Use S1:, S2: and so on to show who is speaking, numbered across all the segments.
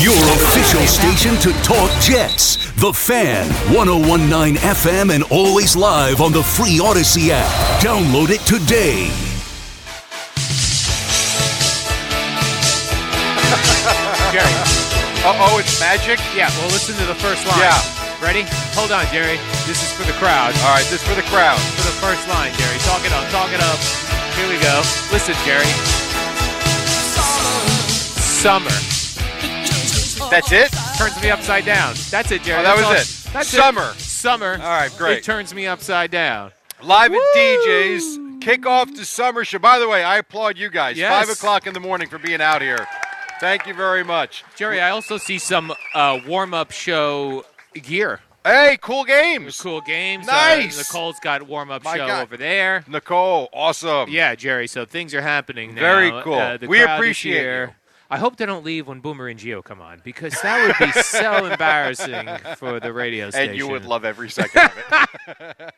S1: Your official station to talk Jets. The Fan, 1019 FM, and always live on the free Odyssey app. Download it today.
S2: Jerry.
S3: Oh, oh, it's magic?
S2: Yeah, well, listen to the first line.
S3: Yeah.
S2: Ready? Hold on, Jerry. This is for the crowd.
S3: All right, this is for the crowd.
S2: For the first line, Jerry. Talk it up, talk it up. Here we go. Listen, Jerry. Summer.
S3: That's it?
S2: Turns me upside down. That's it, Jerry.
S3: Oh, that
S2: That's
S3: was
S2: all-
S3: it.
S2: That's
S3: Summer.
S2: It. Summer.
S3: All right, great.
S2: It turns me upside down.
S3: Live at DJ's. Kick off to summer show. By the way, I applaud you guys.
S2: Yes.
S3: Five o'clock in the morning for being out here. Thank you very much.
S2: Jerry, I also see some uh, warm up show gear.
S3: Hey, cool games.
S2: There's cool games.
S3: Nice.
S2: Uh, Nicole's got warm up
S3: My
S2: show
S3: God.
S2: over there.
S3: Nicole, awesome.
S2: Yeah, Jerry. So things are happening now.
S3: Very cool.
S2: Uh, the
S3: We
S2: crowd is
S3: appreciate
S2: here.
S3: you.
S2: I hope they don't leave when Boomer and Geo come on because that would be so embarrassing for the radio station.
S3: And you would love every second of it.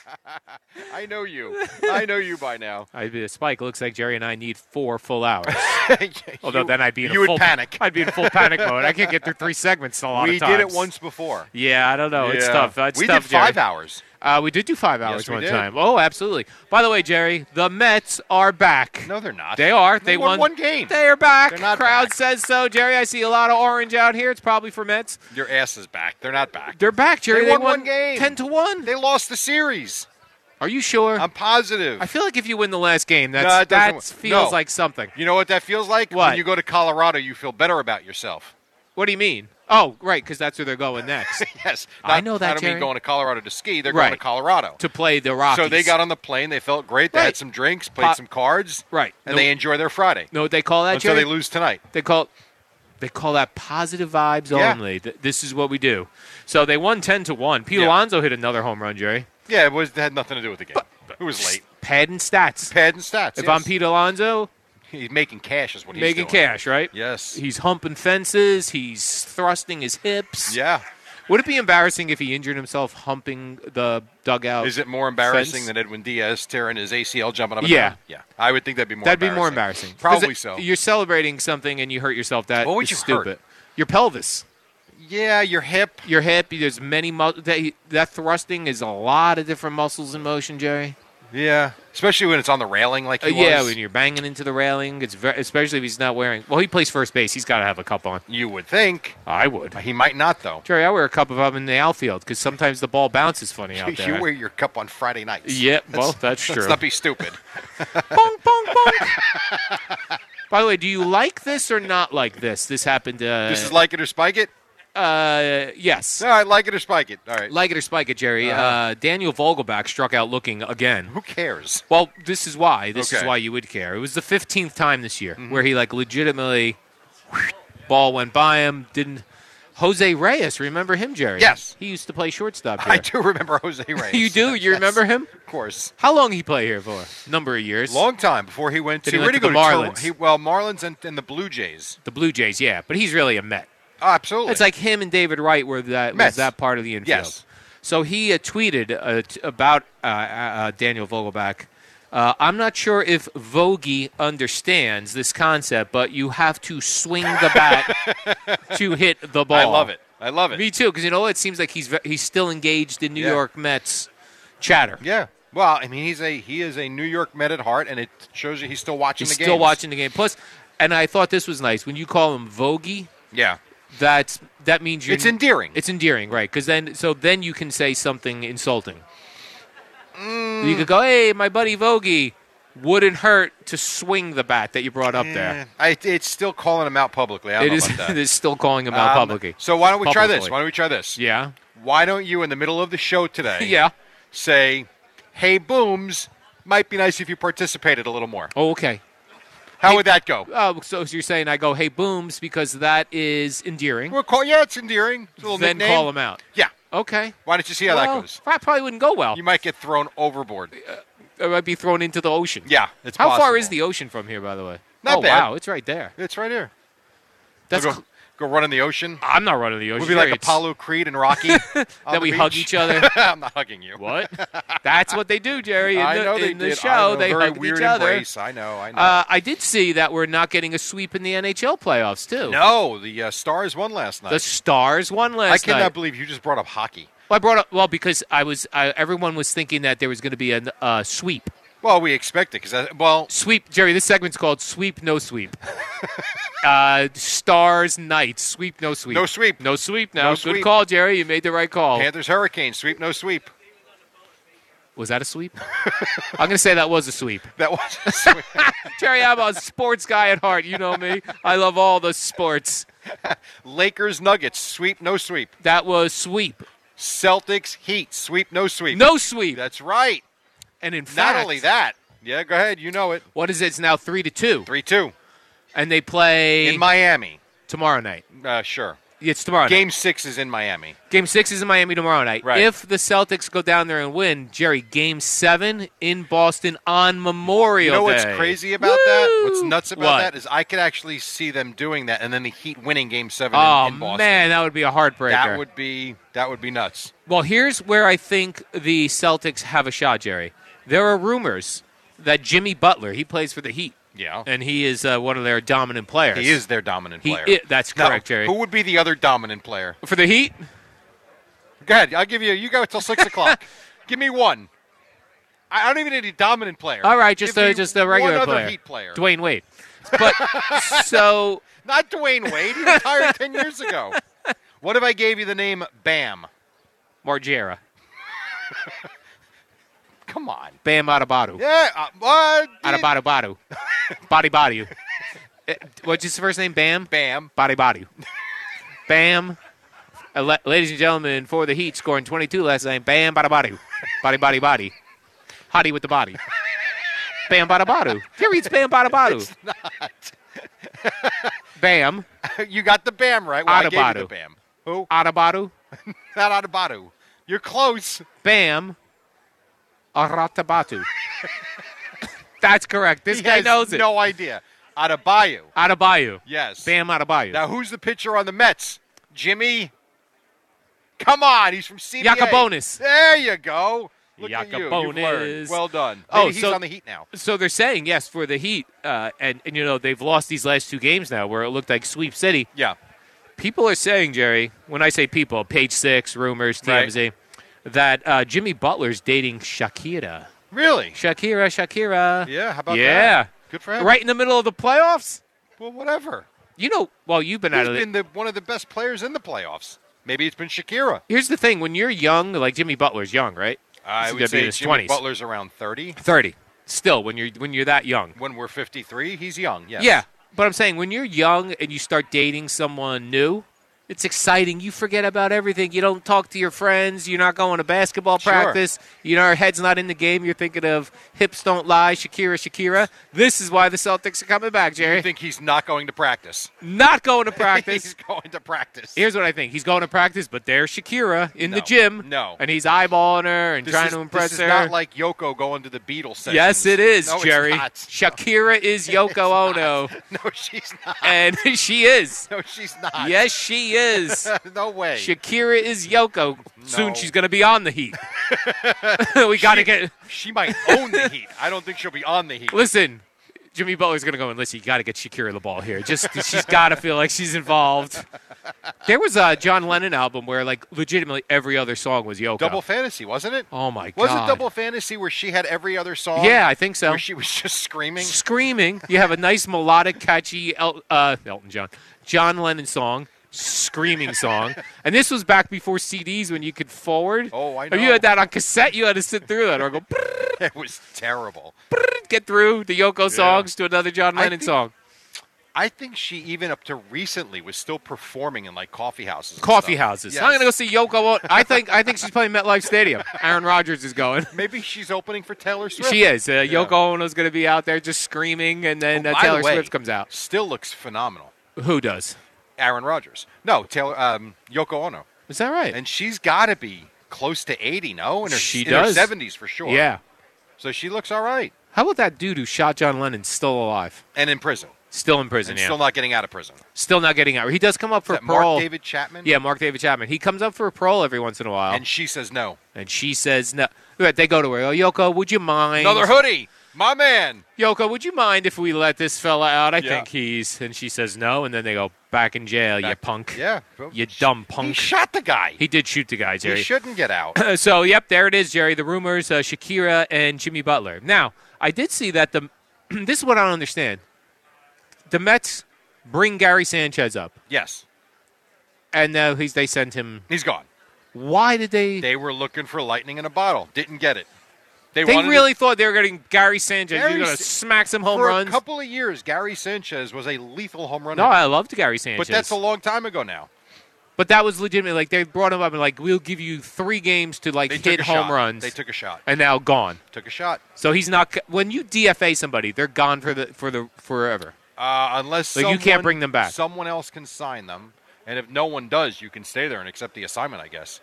S3: I know you. I know you by now.
S2: I'd be a spike. Looks like Jerry and I need four full hours. Although
S3: Although
S2: then I'd be in a
S3: you would
S2: full
S3: panic.
S2: I'd be in full panic mode. I can't get through three segments a lot
S3: we
S2: of times.
S3: did it once before.
S2: Yeah, I don't know. It's
S3: Yeah.
S2: tough. That's
S3: we
S2: tough,
S3: did five
S2: Jerry.
S3: hours.
S2: Uh, we did do five hours
S3: we
S2: one
S3: did.
S2: time. Oh, absolutely. By the way, Jerry, the Mets are back.
S3: No, they're not.
S2: They are. They,
S3: won
S2: won
S3: one game.
S2: They are back.
S3: They're not
S2: Crowd
S3: back.
S2: says so. Jerry, I see a lot of orange out here. It's probably for Mets.
S3: Your ass is back. They're not back.
S2: They're back, Jerry.
S3: They won one game.
S2: Ten to one.
S3: They lost the series.
S2: are you sure?
S3: I'm positive.
S2: I feel like if you win the last game, that's
S3: No, it doesn't
S2: that
S3: work. No.
S2: feels like something.
S3: You know what that feels like?
S2: What?
S3: When you go to Colorado, you feel better about yourself.
S2: What do you mean? Oh, right, because that's where they're going next
S3: Yes.
S2: I know that,
S3: I don't
S2: Jerry.
S3: mean going to Colorado to ski. They're
S2: Right.
S3: going to Colorado.
S2: to play the Rockies.
S3: So they got on the plane. They felt great. They
S2: Right.
S3: had some drinks, played
S2: Pop-
S3: some cards.
S2: Right.
S3: And
S2: No-
S3: they enjoy their Friday
S2: know what they call that,
S3: until
S2: Jerry?
S3: Oh, they lose tonight.
S2: They call they call that positive vibes
S3: Yeah.
S2: only. Th- This is what we do. So they won ten to one. Pete
S3: Yeah.
S2: Alonso hit another home run, Jerry.
S3: Yeah, it was it had nothing to do with the game. it was late.
S2: Pad and stats.
S3: Pad and stats.
S2: if
S3: yes.
S2: I'm Pete Alonso,
S3: he's making cash is what he's
S2: making
S3: doing.
S2: cash, right?
S3: Yes.
S2: He's humping fences. He's thrusting his hips.
S3: Yeah.
S2: Would it be embarrassing if he injured himself humping the dugout?
S3: Is it more embarrassing
S2: fence?
S3: than Edwin Diaz tearing his ACL jumping up? and
S2: Yeah.
S3: down? Yeah. I would think that'd be more.
S2: That'd be more embarrassing. 'Cause
S3: Probably
S2: it-
S3: so.
S2: You're celebrating something and you hurt yourself. That
S3: What would
S2: is
S3: you hurt?
S2: stupid. Your pelvis.
S3: Yeah, your hip.
S2: Your hip, there's many muscles. That, that thrusting is a lot of different muscles in motion, Jerry.
S3: Yeah, especially when it's on the railing like
S2: Uh,
S3: he
S2: yeah,
S3: was.
S2: when you're banging into the railing, it's very, especially if he's not wearing. Well, he plays first base. He's got to have a cup on.
S3: You would think
S2: I would.
S3: he might not though.
S2: Jerry, I wear a cup if I'm in the outfield because sometimes the ball bounces funny out there.
S3: You wear your cup on Friday nights.
S2: yeah, well, that's
S3: Let's
S2: true.
S3: not be stupid.
S2: Bonk, bonk, bonk. By the way, do you like this or not like this? This happened. Uh,
S3: this is like it or spike it.
S2: uh, yes.
S3: All right, like it or spike it. All right.
S2: Like it or spike it, Jerry.
S3: Uh-huh.
S2: uh Daniel Vogelback struck out looking again.
S3: Who cares?
S2: Well, this is why. This is
S3: Okay. Mm-hmm.
S2: why you would care. It was the 15th time this year where he like legitimately ball went by him. Didn't Jose Reyes remember him, Jerry?
S3: Yes.
S2: he used to play shortstop here.
S3: I do remember Jose Reyes.
S2: You do? You remember him?
S3: Of course.
S2: How long he play here for? Number of years.
S3: Long time before he went to.
S2: Then he went
S3: where'd
S2: to the
S3: go? Tor-
S2: Marlins.
S3: he- well, Marlins and, and the Blue Jays.
S2: The Blue Jays, yeah, but he's really a Met.
S3: Oh, absolutely.
S2: It's like him and David Wright were that was
S3: Mets.
S2: that part of the infield.
S3: Yes.
S2: So he uh, tweeted uh, t- about uh, uh, uh, Daniel Vogelback. Uh, I'm not sure if Vogie understands this concept, but you have to swing the bat to hit the ball.
S3: I love it. I love it.
S2: Me too, because you know it seems like he's ve- he's still engaged in New
S3: Yeah.
S2: York Mets chatter.
S3: Yeah. Well, I mean, he's a he is a New York Met at heart, and it shows you he's still watching
S2: He's
S3: the game.
S2: still watching the game. Plus, and I thought this was nice when you call him Vogie.
S3: Yeah.
S2: That's that means you're.
S3: It's endearing.
S2: It's endearing, right? Because then, so then you can say something insulting. You could go, "Hey, my buddy Vogie." Wouldn't hurt to swing the bat that you brought up
S3: Eh,
S2: there.
S3: I, it's still calling him out publicly. I don't
S2: It
S3: know
S2: is.
S3: about that.
S2: It is still calling him out
S3: Um,
S2: publicly.
S3: So why don't we try this?
S2: Publicly.
S3: Why don't we try this?
S2: Yeah.
S3: Why don't you, in the middle of the show today,
S2: Yeah.
S3: say, "Hey, booms." Might be nice if you participated a little more.
S2: Oh, okay.
S3: How would that go?
S2: Oh, so you're saying I go, hey, booms, because that is endearing.
S3: We'll call. Yeah, it's endearing. It's a little
S2: Then
S3: nickname.
S2: call him out.
S3: Yeah.
S2: Okay.
S3: Why don't you see how
S2: Well,
S3: that goes?
S2: That probably wouldn't go well.
S3: You might get thrown overboard.
S2: I might be thrown into the ocean.
S3: Yeah, it's
S2: How far
S3: possible.
S2: is the ocean from here, by the way?
S3: Not
S2: oh,
S3: bad.
S2: wow, it's right there.
S3: It's right here.
S2: That's.
S3: go,
S2: cl-
S3: go run in the ocean.
S2: I'm not running the ocean.
S3: We'll be like
S2: It's-
S3: Apollo Creed and Rocky. on the
S2: That we hug
S3: beach.
S2: each other.
S3: I'm not hugging you.
S2: what? That's what they do, Jerry. In
S3: I
S2: the,
S3: know they
S2: in the
S3: did. I
S2: show,
S3: know,
S2: they
S3: very
S2: hug
S3: weird
S2: each other.
S3: embrace. I know. I know.
S2: Uh, I did see that we're not getting a sweep in the NHL playoffs too.
S3: no, the uh, Stars won last night.
S2: The Stars won last
S3: I cannot
S2: night.
S3: believe you just brought up hockey.
S2: Well, I brought up well because I was I, everyone was thinking that there was going to be a uh, sweep.
S3: Well, we expect it because well,
S2: Sweep, Jerry. This segment's called "Sweep No Sweep." uh, stars night. Sweep no sweep.
S3: No sweep.
S2: No sweep. Now,
S3: No
S2: good
S3: sweep.
S2: call, Jerry. You made the right call.
S3: Panthers Hurricane sweep no sweep.
S2: was that a sweep? I'm going to say that was a sweep.
S3: That was a sweep.
S2: Jerry, I'm a sports guy at heart. You know me. I love all the sports.
S3: Lakers Nuggets sweep no sweep.
S2: That was sweep.
S3: Celtics Heat sweep no sweep.
S2: No sweep.
S3: that's right.
S2: And in
S3: Not
S2: fact,
S3: only that. Yeah, go ahead. You know it.
S2: what is it? It's now three to two,
S3: Three two
S2: and they play
S3: in Miami.
S2: tomorrow night.
S3: Uh, sure.
S2: It's tomorrow. night.
S3: Game six is in Miami.
S2: Game six is in Miami tomorrow night.
S3: Right.
S2: If the Celtics go down there and win, Jerry, game seven in Boston on Memorial
S3: You know what's
S2: Day.
S3: crazy about that? What's
S2: Woo!
S3: nuts about
S2: What?
S3: that is I could actually see them doing that, and then the Heat winning Game Seven in-
S2: Oh
S3: in, Boston.
S2: man, that would be a heartbreaker.
S3: that would be that would be nuts.
S2: Well, here's where I think the Celtics have a shot, Jerry. There are rumors that Jimmy Butler, he plays for the Heat,
S3: Yeah,
S2: and he is uh, one of their dominant players.
S3: he is their dominant
S2: He
S3: player.
S2: i- that's
S3: No,
S2: correct, Jerry.
S3: Who would be the other dominant player?
S2: for the Heat.
S3: Go ahead. I'll give you. You go till six o'clock. Give me one. I I don't even need a dominant player.
S2: All right, just
S3: Give
S2: a
S3: me
S2: just a regular
S3: one other
S2: player,
S3: Heat player.
S2: Dwayne Wade. But so
S3: Not Dwayne Wade. He retired ten years ago. What if I gave you the name Bam?
S2: Margera,
S3: Come on.
S2: Bam Adebayo.
S3: Yeah. Uh, what?
S2: Out of body body. Body body. Eh, What's his first name? Bam?
S3: Bam.
S2: Body body. Bam. Uh, la- Ladies and gentlemen, for the Heat, scoring 22 last night. Bam, bada body. Body, body, body. Hottie with the body. Bam, bada bada. Here it's Bam, bada bada. It's not. Bam,
S3: You got the Bam right. Well, I gave you the
S2: Adebayo.
S3: Bam. Who?
S2: Adabadu.
S3: Not Atabatu. You're close.
S2: Bam, Aratabatu. That's correct. This
S3: He
S2: guy
S3: has
S2: knows it.
S3: no idea. Adebayo.
S2: Adebayo.
S3: Yes.
S2: Bam, Adebayo.
S3: Now, who's the pitcher on the Mets? Jimmy. Come on, he's from CBA.
S2: Yacobonis.
S3: There you go. Look at you. You've
S2: Yacobonis.
S3: learned. Well done.
S2: Oh,
S3: Maybe he's
S2: so-
S3: on the Heat now.
S2: So they're saying yes for the Heat, uh, and and you know they've lost these last two games now, where it looked like sweep city.
S3: Yeah.
S2: People are saying, Jerry, when I say people, page six, rumors, TMZ, that uh, Jimmy Butler's dating Shakira.
S3: Really?
S2: Shakira, Shakira.
S3: Yeah. How about
S2: yeah.
S3: that? Good for him.
S2: Right in the middle of the playoffs.
S3: Well, whatever.
S2: You know, well, you've been
S3: He's
S2: out of it.
S3: been the, one of the best players in the playoffs. Maybe it's been Shakira.
S2: Here's the thing: when you're young, like Jimmy Butler's young, right?
S3: I
S2: He's
S3: would
S2: gonna
S3: say
S2: be in his
S3: Jimmy
S2: twenties,
S3: Butler's around 30.
S2: thirty. Still, when you're when you're that young,
S3: When we're 53, he's young. Yes.
S2: Yeah, but I'm saying when you're young and you start dating someone new, it's exciting. You forget about everything. You don't talk to your friends. You're not going to basketball
S3: Sure.
S2: practice. You know, your head's not in the game. You're thinking of hips don't lie, Shakira, Shakira. This is why the Celtics are coming back,
S3: You
S2: Jerry.
S3: think he's not going to practice?
S2: not going to
S3: He's
S2: practice.
S3: going to practice.
S2: Here's what I think. He's going to practice, but there's Shakira in the
S3: No.
S2: gym.
S3: No.
S2: And he's eyeballing her and
S3: This
S2: trying
S3: is-
S2: to impress
S3: this
S2: her.
S3: is not like Yoko going to the Beatles sessions.
S2: yes, it is,
S3: no,
S2: Jerry.
S3: It's not.
S2: Shakira is Yoko Ono,
S3: No, she's not.
S2: and she is.
S3: No, she's not.
S2: Yes, she is.
S3: No way.
S2: Shakira is Yoko. Soon she's going to be on the Heat. we got to get.
S3: she might own the Heat. I don't think she'll be on the Heat.
S2: Listen, Jimmy Butler's going to go and listen. You got to get Shakira the ball here. Just she's got to feel like she's involved. There was a John Lennon album where, like, legitimately every other song was Yoko.
S3: Double fantasy, wasn't it?
S2: Oh, my
S3: Wasn't
S2: God.
S3: double fantasy where she had every other song?
S2: Yeah, I think so.
S3: Where she was just screaming.
S2: screaming. You have a nice melodic, catchy El- uh, Elton John, John Lennon song, screaming song. And this was back before CDs when you could forward.
S3: Oh, I
S2: If you
S3: know.
S2: had that on cassette, you had to sit through that or go
S3: It was terrible.
S2: get through the Yoko songs to another John
S3: I
S2: Lennon
S3: think-
S2: song.
S3: I think she even up to recently was still performing in like coffee houses. and
S2: Coffee
S3: stuff.
S2: houses.
S3: Yes.
S2: I'm gonna go see Yoko. I think I think she's playing MetLife Stadium. Aaron Rodgers is going.
S3: Maybe she's opening for Taylor Swift.
S2: She is. Uh, Yoko Ono's going to be out there just screaming, and then
S3: Oh,
S2: uh,
S3: by
S2: Taylor
S3: the way,
S2: Swift comes out.
S3: Still looks phenomenal.
S2: Who does?
S3: Aaron Rodgers. No, Taylor. Um, Yoko Ono,
S2: Is that right?
S3: and she's got to be close to eighty. No, in her
S2: She
S3: in
S2: does.
S3: her seventies for sure.
S2: Yeah.
S3: So she looks all right
S2: How about that dude who shot John Lennon still alive?
S3: and in prison
S2: Still in prison,
S3: and
S2: yeah.
S3: still not getting out of prison.
S2: Still not getting out. He does come up for
S3: Is that
S2: parole.
S3: Mark David Chapman.
S2: Yeah, Mark David Chapman. He comes up for parole every once in a while,
S3: And
S2: and,
S3: she says no.
S2: she says no. Right, They go to her. Oh, Yoko, would you mind?
S3: Another hoodie, my man.
S2: Yoko, would you mind if we let this fella out? I
S3: Yeah.
S2: think he's. And she says no, and then they go back in jail. you
S3: Back-
S2: punk.
S3: Yeah,
S2: You dumb
S3: He
S2: punk.
S3: shot the guy.
S2: He did shoot the guy,
S3: He
S2: Jerry.
S3: shouldn't get out.
S2: so yep, there it is, Jerry. The rumors: uh, Shakira and Jimmy Butler. Now, I did see that the this is what I don't understand. The Mets bring Gary Sanchez up,
S3: yes,
S2: and now he's they send him.
S3: he's gone.
S2: Why did they? They,
S3: They were looking for lightning in a bottle. Didn't get it. They, wanted
S2: really thought they were getting Gary Sanchez.
S3: Gary
S2: You're gonna
S3: Sa-
S2: smack some
S3: to,
S2: home
S3: for
S2: runs.
S3: a couple of years. Gary Sanchez was a lethal home run.
S2: no, I loved Gary Sanchez,
S3: but that's a long time ago now.
S2: But that was legitimate. Like they brought him up and like we'll give you three games to like
S3: They took
S2: hit
S3: a
S2: home
S3: shot.
S2: runs.
S3: They took a shot.
S2: and now gone.
S3: Took a shot.
S2: So he's not. c- When you DFA somebody, they're gone for the for the forever.
S3: Uh, unless
S2: Like, you can't
S3: someone-
S2: bring them back.
S3: Someone else can sign them, and if no one does, you can stay there and accept the assignment. I guess.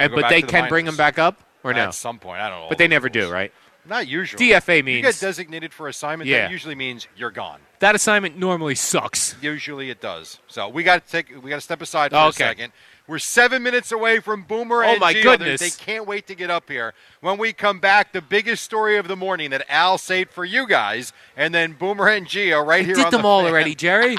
S2: And,
S3: go
S2: but
S3: back
S2: they
S3: to the
S2: can bring
S3: minors.
S2: him back up or no?
S3: At some point, I don't know. all
S2: But they
S3: the
S2: never
S3: rules.
S2: do, right?
S3: Not usually.
S2: DFA
S3: You
S2: means-
S3: get designated for assignment.
S2: Yeah.
S3: That usually means you're gone.
S2: That assignment normally sucks.
S3: Usually it does. So we got to take we got to step aside for a
S2: Okay.
S3: second. We're seven minutes away from Boomer
S2: Oh,
S3: and
S2: my
S3: Gio. They-
S2: goodness.
S3: They can't wait to get up here. When we come back, the biggest story of the morning that Al saved for you guys, and then Boomer and Gio right here.
S2: Did
S3: on
S2: them
S3: the
S2: all
S3: fan.
S2: already, Jerry.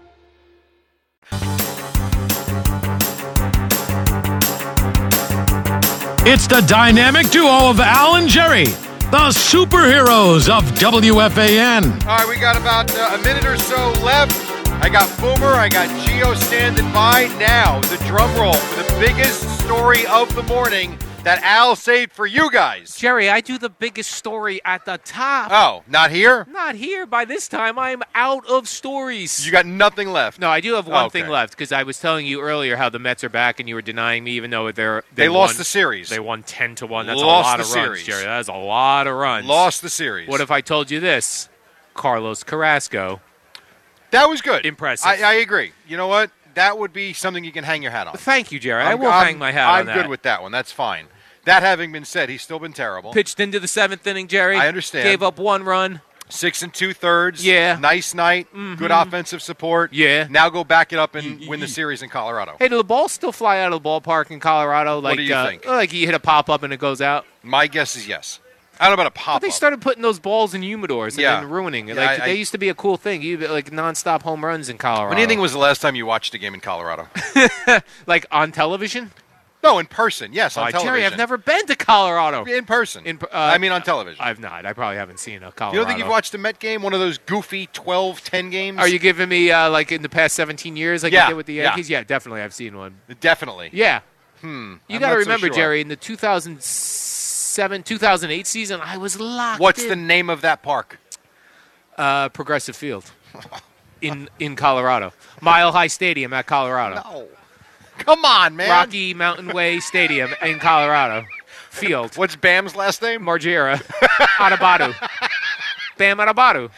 S4: It's the dynamic duo of Al and Jerry, the superheroes of WFAN.
S3: All right, we got about uh, a minute or so left. I got Boomer, I got Geo standing by. Now, the drum roll for the biggest story of the morning that Al saved for you guys.
S2: Jerry, I do the biggest story at the top.
S3: Oh, not here?
S2: Not here. By this time, I'm out of stories.
S3: You got nothing left.
S2: no, I do have one
S3: Oh,
S2: thing
S3: okay.
S2: left because I was telling you earlier how the Mets are back, and you were denying me, even though they're
S3: They lost
S2: won-
S3: the series.
S2: They won ten to one. That's
S3: Lost
S2: a lot
S3: the
S2: of runs,
S3: series.
S2: Jerry. That's a lot of runs.
S3: Lost the series.
S2: What if I told you this? Carlos Carrasco.
S3: that was good?
S2: Impressive.
S3: I, I agree. You know what? That would be something you can hang your hat on.
S2: Thank you, Jerry. I
S3: I'm-
S2: will
S3: I'm-
S2: hang my hat
S3: I'm
S2: on that.
S3: good with that one. That's fine. That having been said, he's still been terrible.
S2: Pitched into the seventh inning, Jerry.
S3: I understand.
S2: Gave up one run.
S3: Six and two thirds.
S2: Yeah. Mm-hmm.
S3: Nice night. Good offensive support.
S2: Yeah.
S3: Now go back it up and win the series in Colorado.
S2: Hey, do the balls still fly out of the ballpark in Colorado? Like,
S3: do you
S2: uh,
S3: think?
S2: like you hit a pop up and it goes out.
S3: My guess is yes. I don't know about a pop.
S2: But they started putting those balls in humidors and
S3: Yeah.
S2: then ruining it.
S3: Yeah,
S2: Like
S3: I-
S2: they
S3: I-
S2: used to be a cool thing. You like nonstop home runs in Colorado.
S3: When do you think was the last time you watched a game in Colorado?
S2: like on television?
S3: no, in person. Yes, on
S2: Uh,
S3: television.
S2: Jerry, I've never been to Colorado.
S3: in person.
S2: In per- uh,
S3: I mean, on television.
S2: I've not. I probably haven't seen a Colorado.
S3: you don't think you've watched a Met game, one of those goofy 12-10 games?
S2: Are you giving me uh, like in the past 17 years, like I
S3: Yeah,
S2: did with the
S3: yeah.
S2: Yankees? Yeah, definitely. I've seen one.
S3: definitely?
S2: Yeah. Hmm. You got to
S3: not so
S2: remember,
S3: sure.
S2: Jerry, in the 2007, 2008 season, I was locked.
S3: What's
S2: in.
S3: the name of that park?
S2: uh, Progressive Field in in Colorado, Mile High Stadium at Colorado,
S3: Oh, come on, man.
S2: Rocky Mountain Way Stadium in Colorado, Field
S3: What's Bam's last name?
S2: Margera, Adabatu, Bam Adabatu,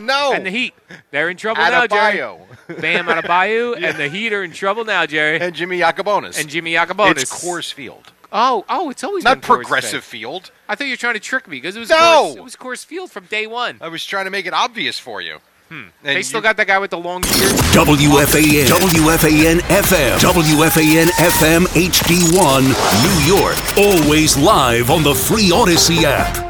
S3: no,
S2: and the Heat. They're in trouble now, Jerry.
S3: Adebayo.
S2: Bam Adebayo, and the Heat are in trouble now, Jerry.
S3: and Jimmy Yacobonis.
S2: And Jimmy Yacobonis.
S3: It's Coors Field,
S2: Oh, oh, it's always
S3: not
S2: been Coors
S3: Progressive
S2: Field.
S3: Field.
S2: I thought you were trying to trick me because it was
S3: No!
S2: Coors, it was Coors Field from day one.
S3: I was trying to make it obvious for you. Hmm.
S2: they still got that guy with the long beard.
S1: WFAN, WFAN FM, WFAN FM HD1, New York. Always live on the free Odyssey app.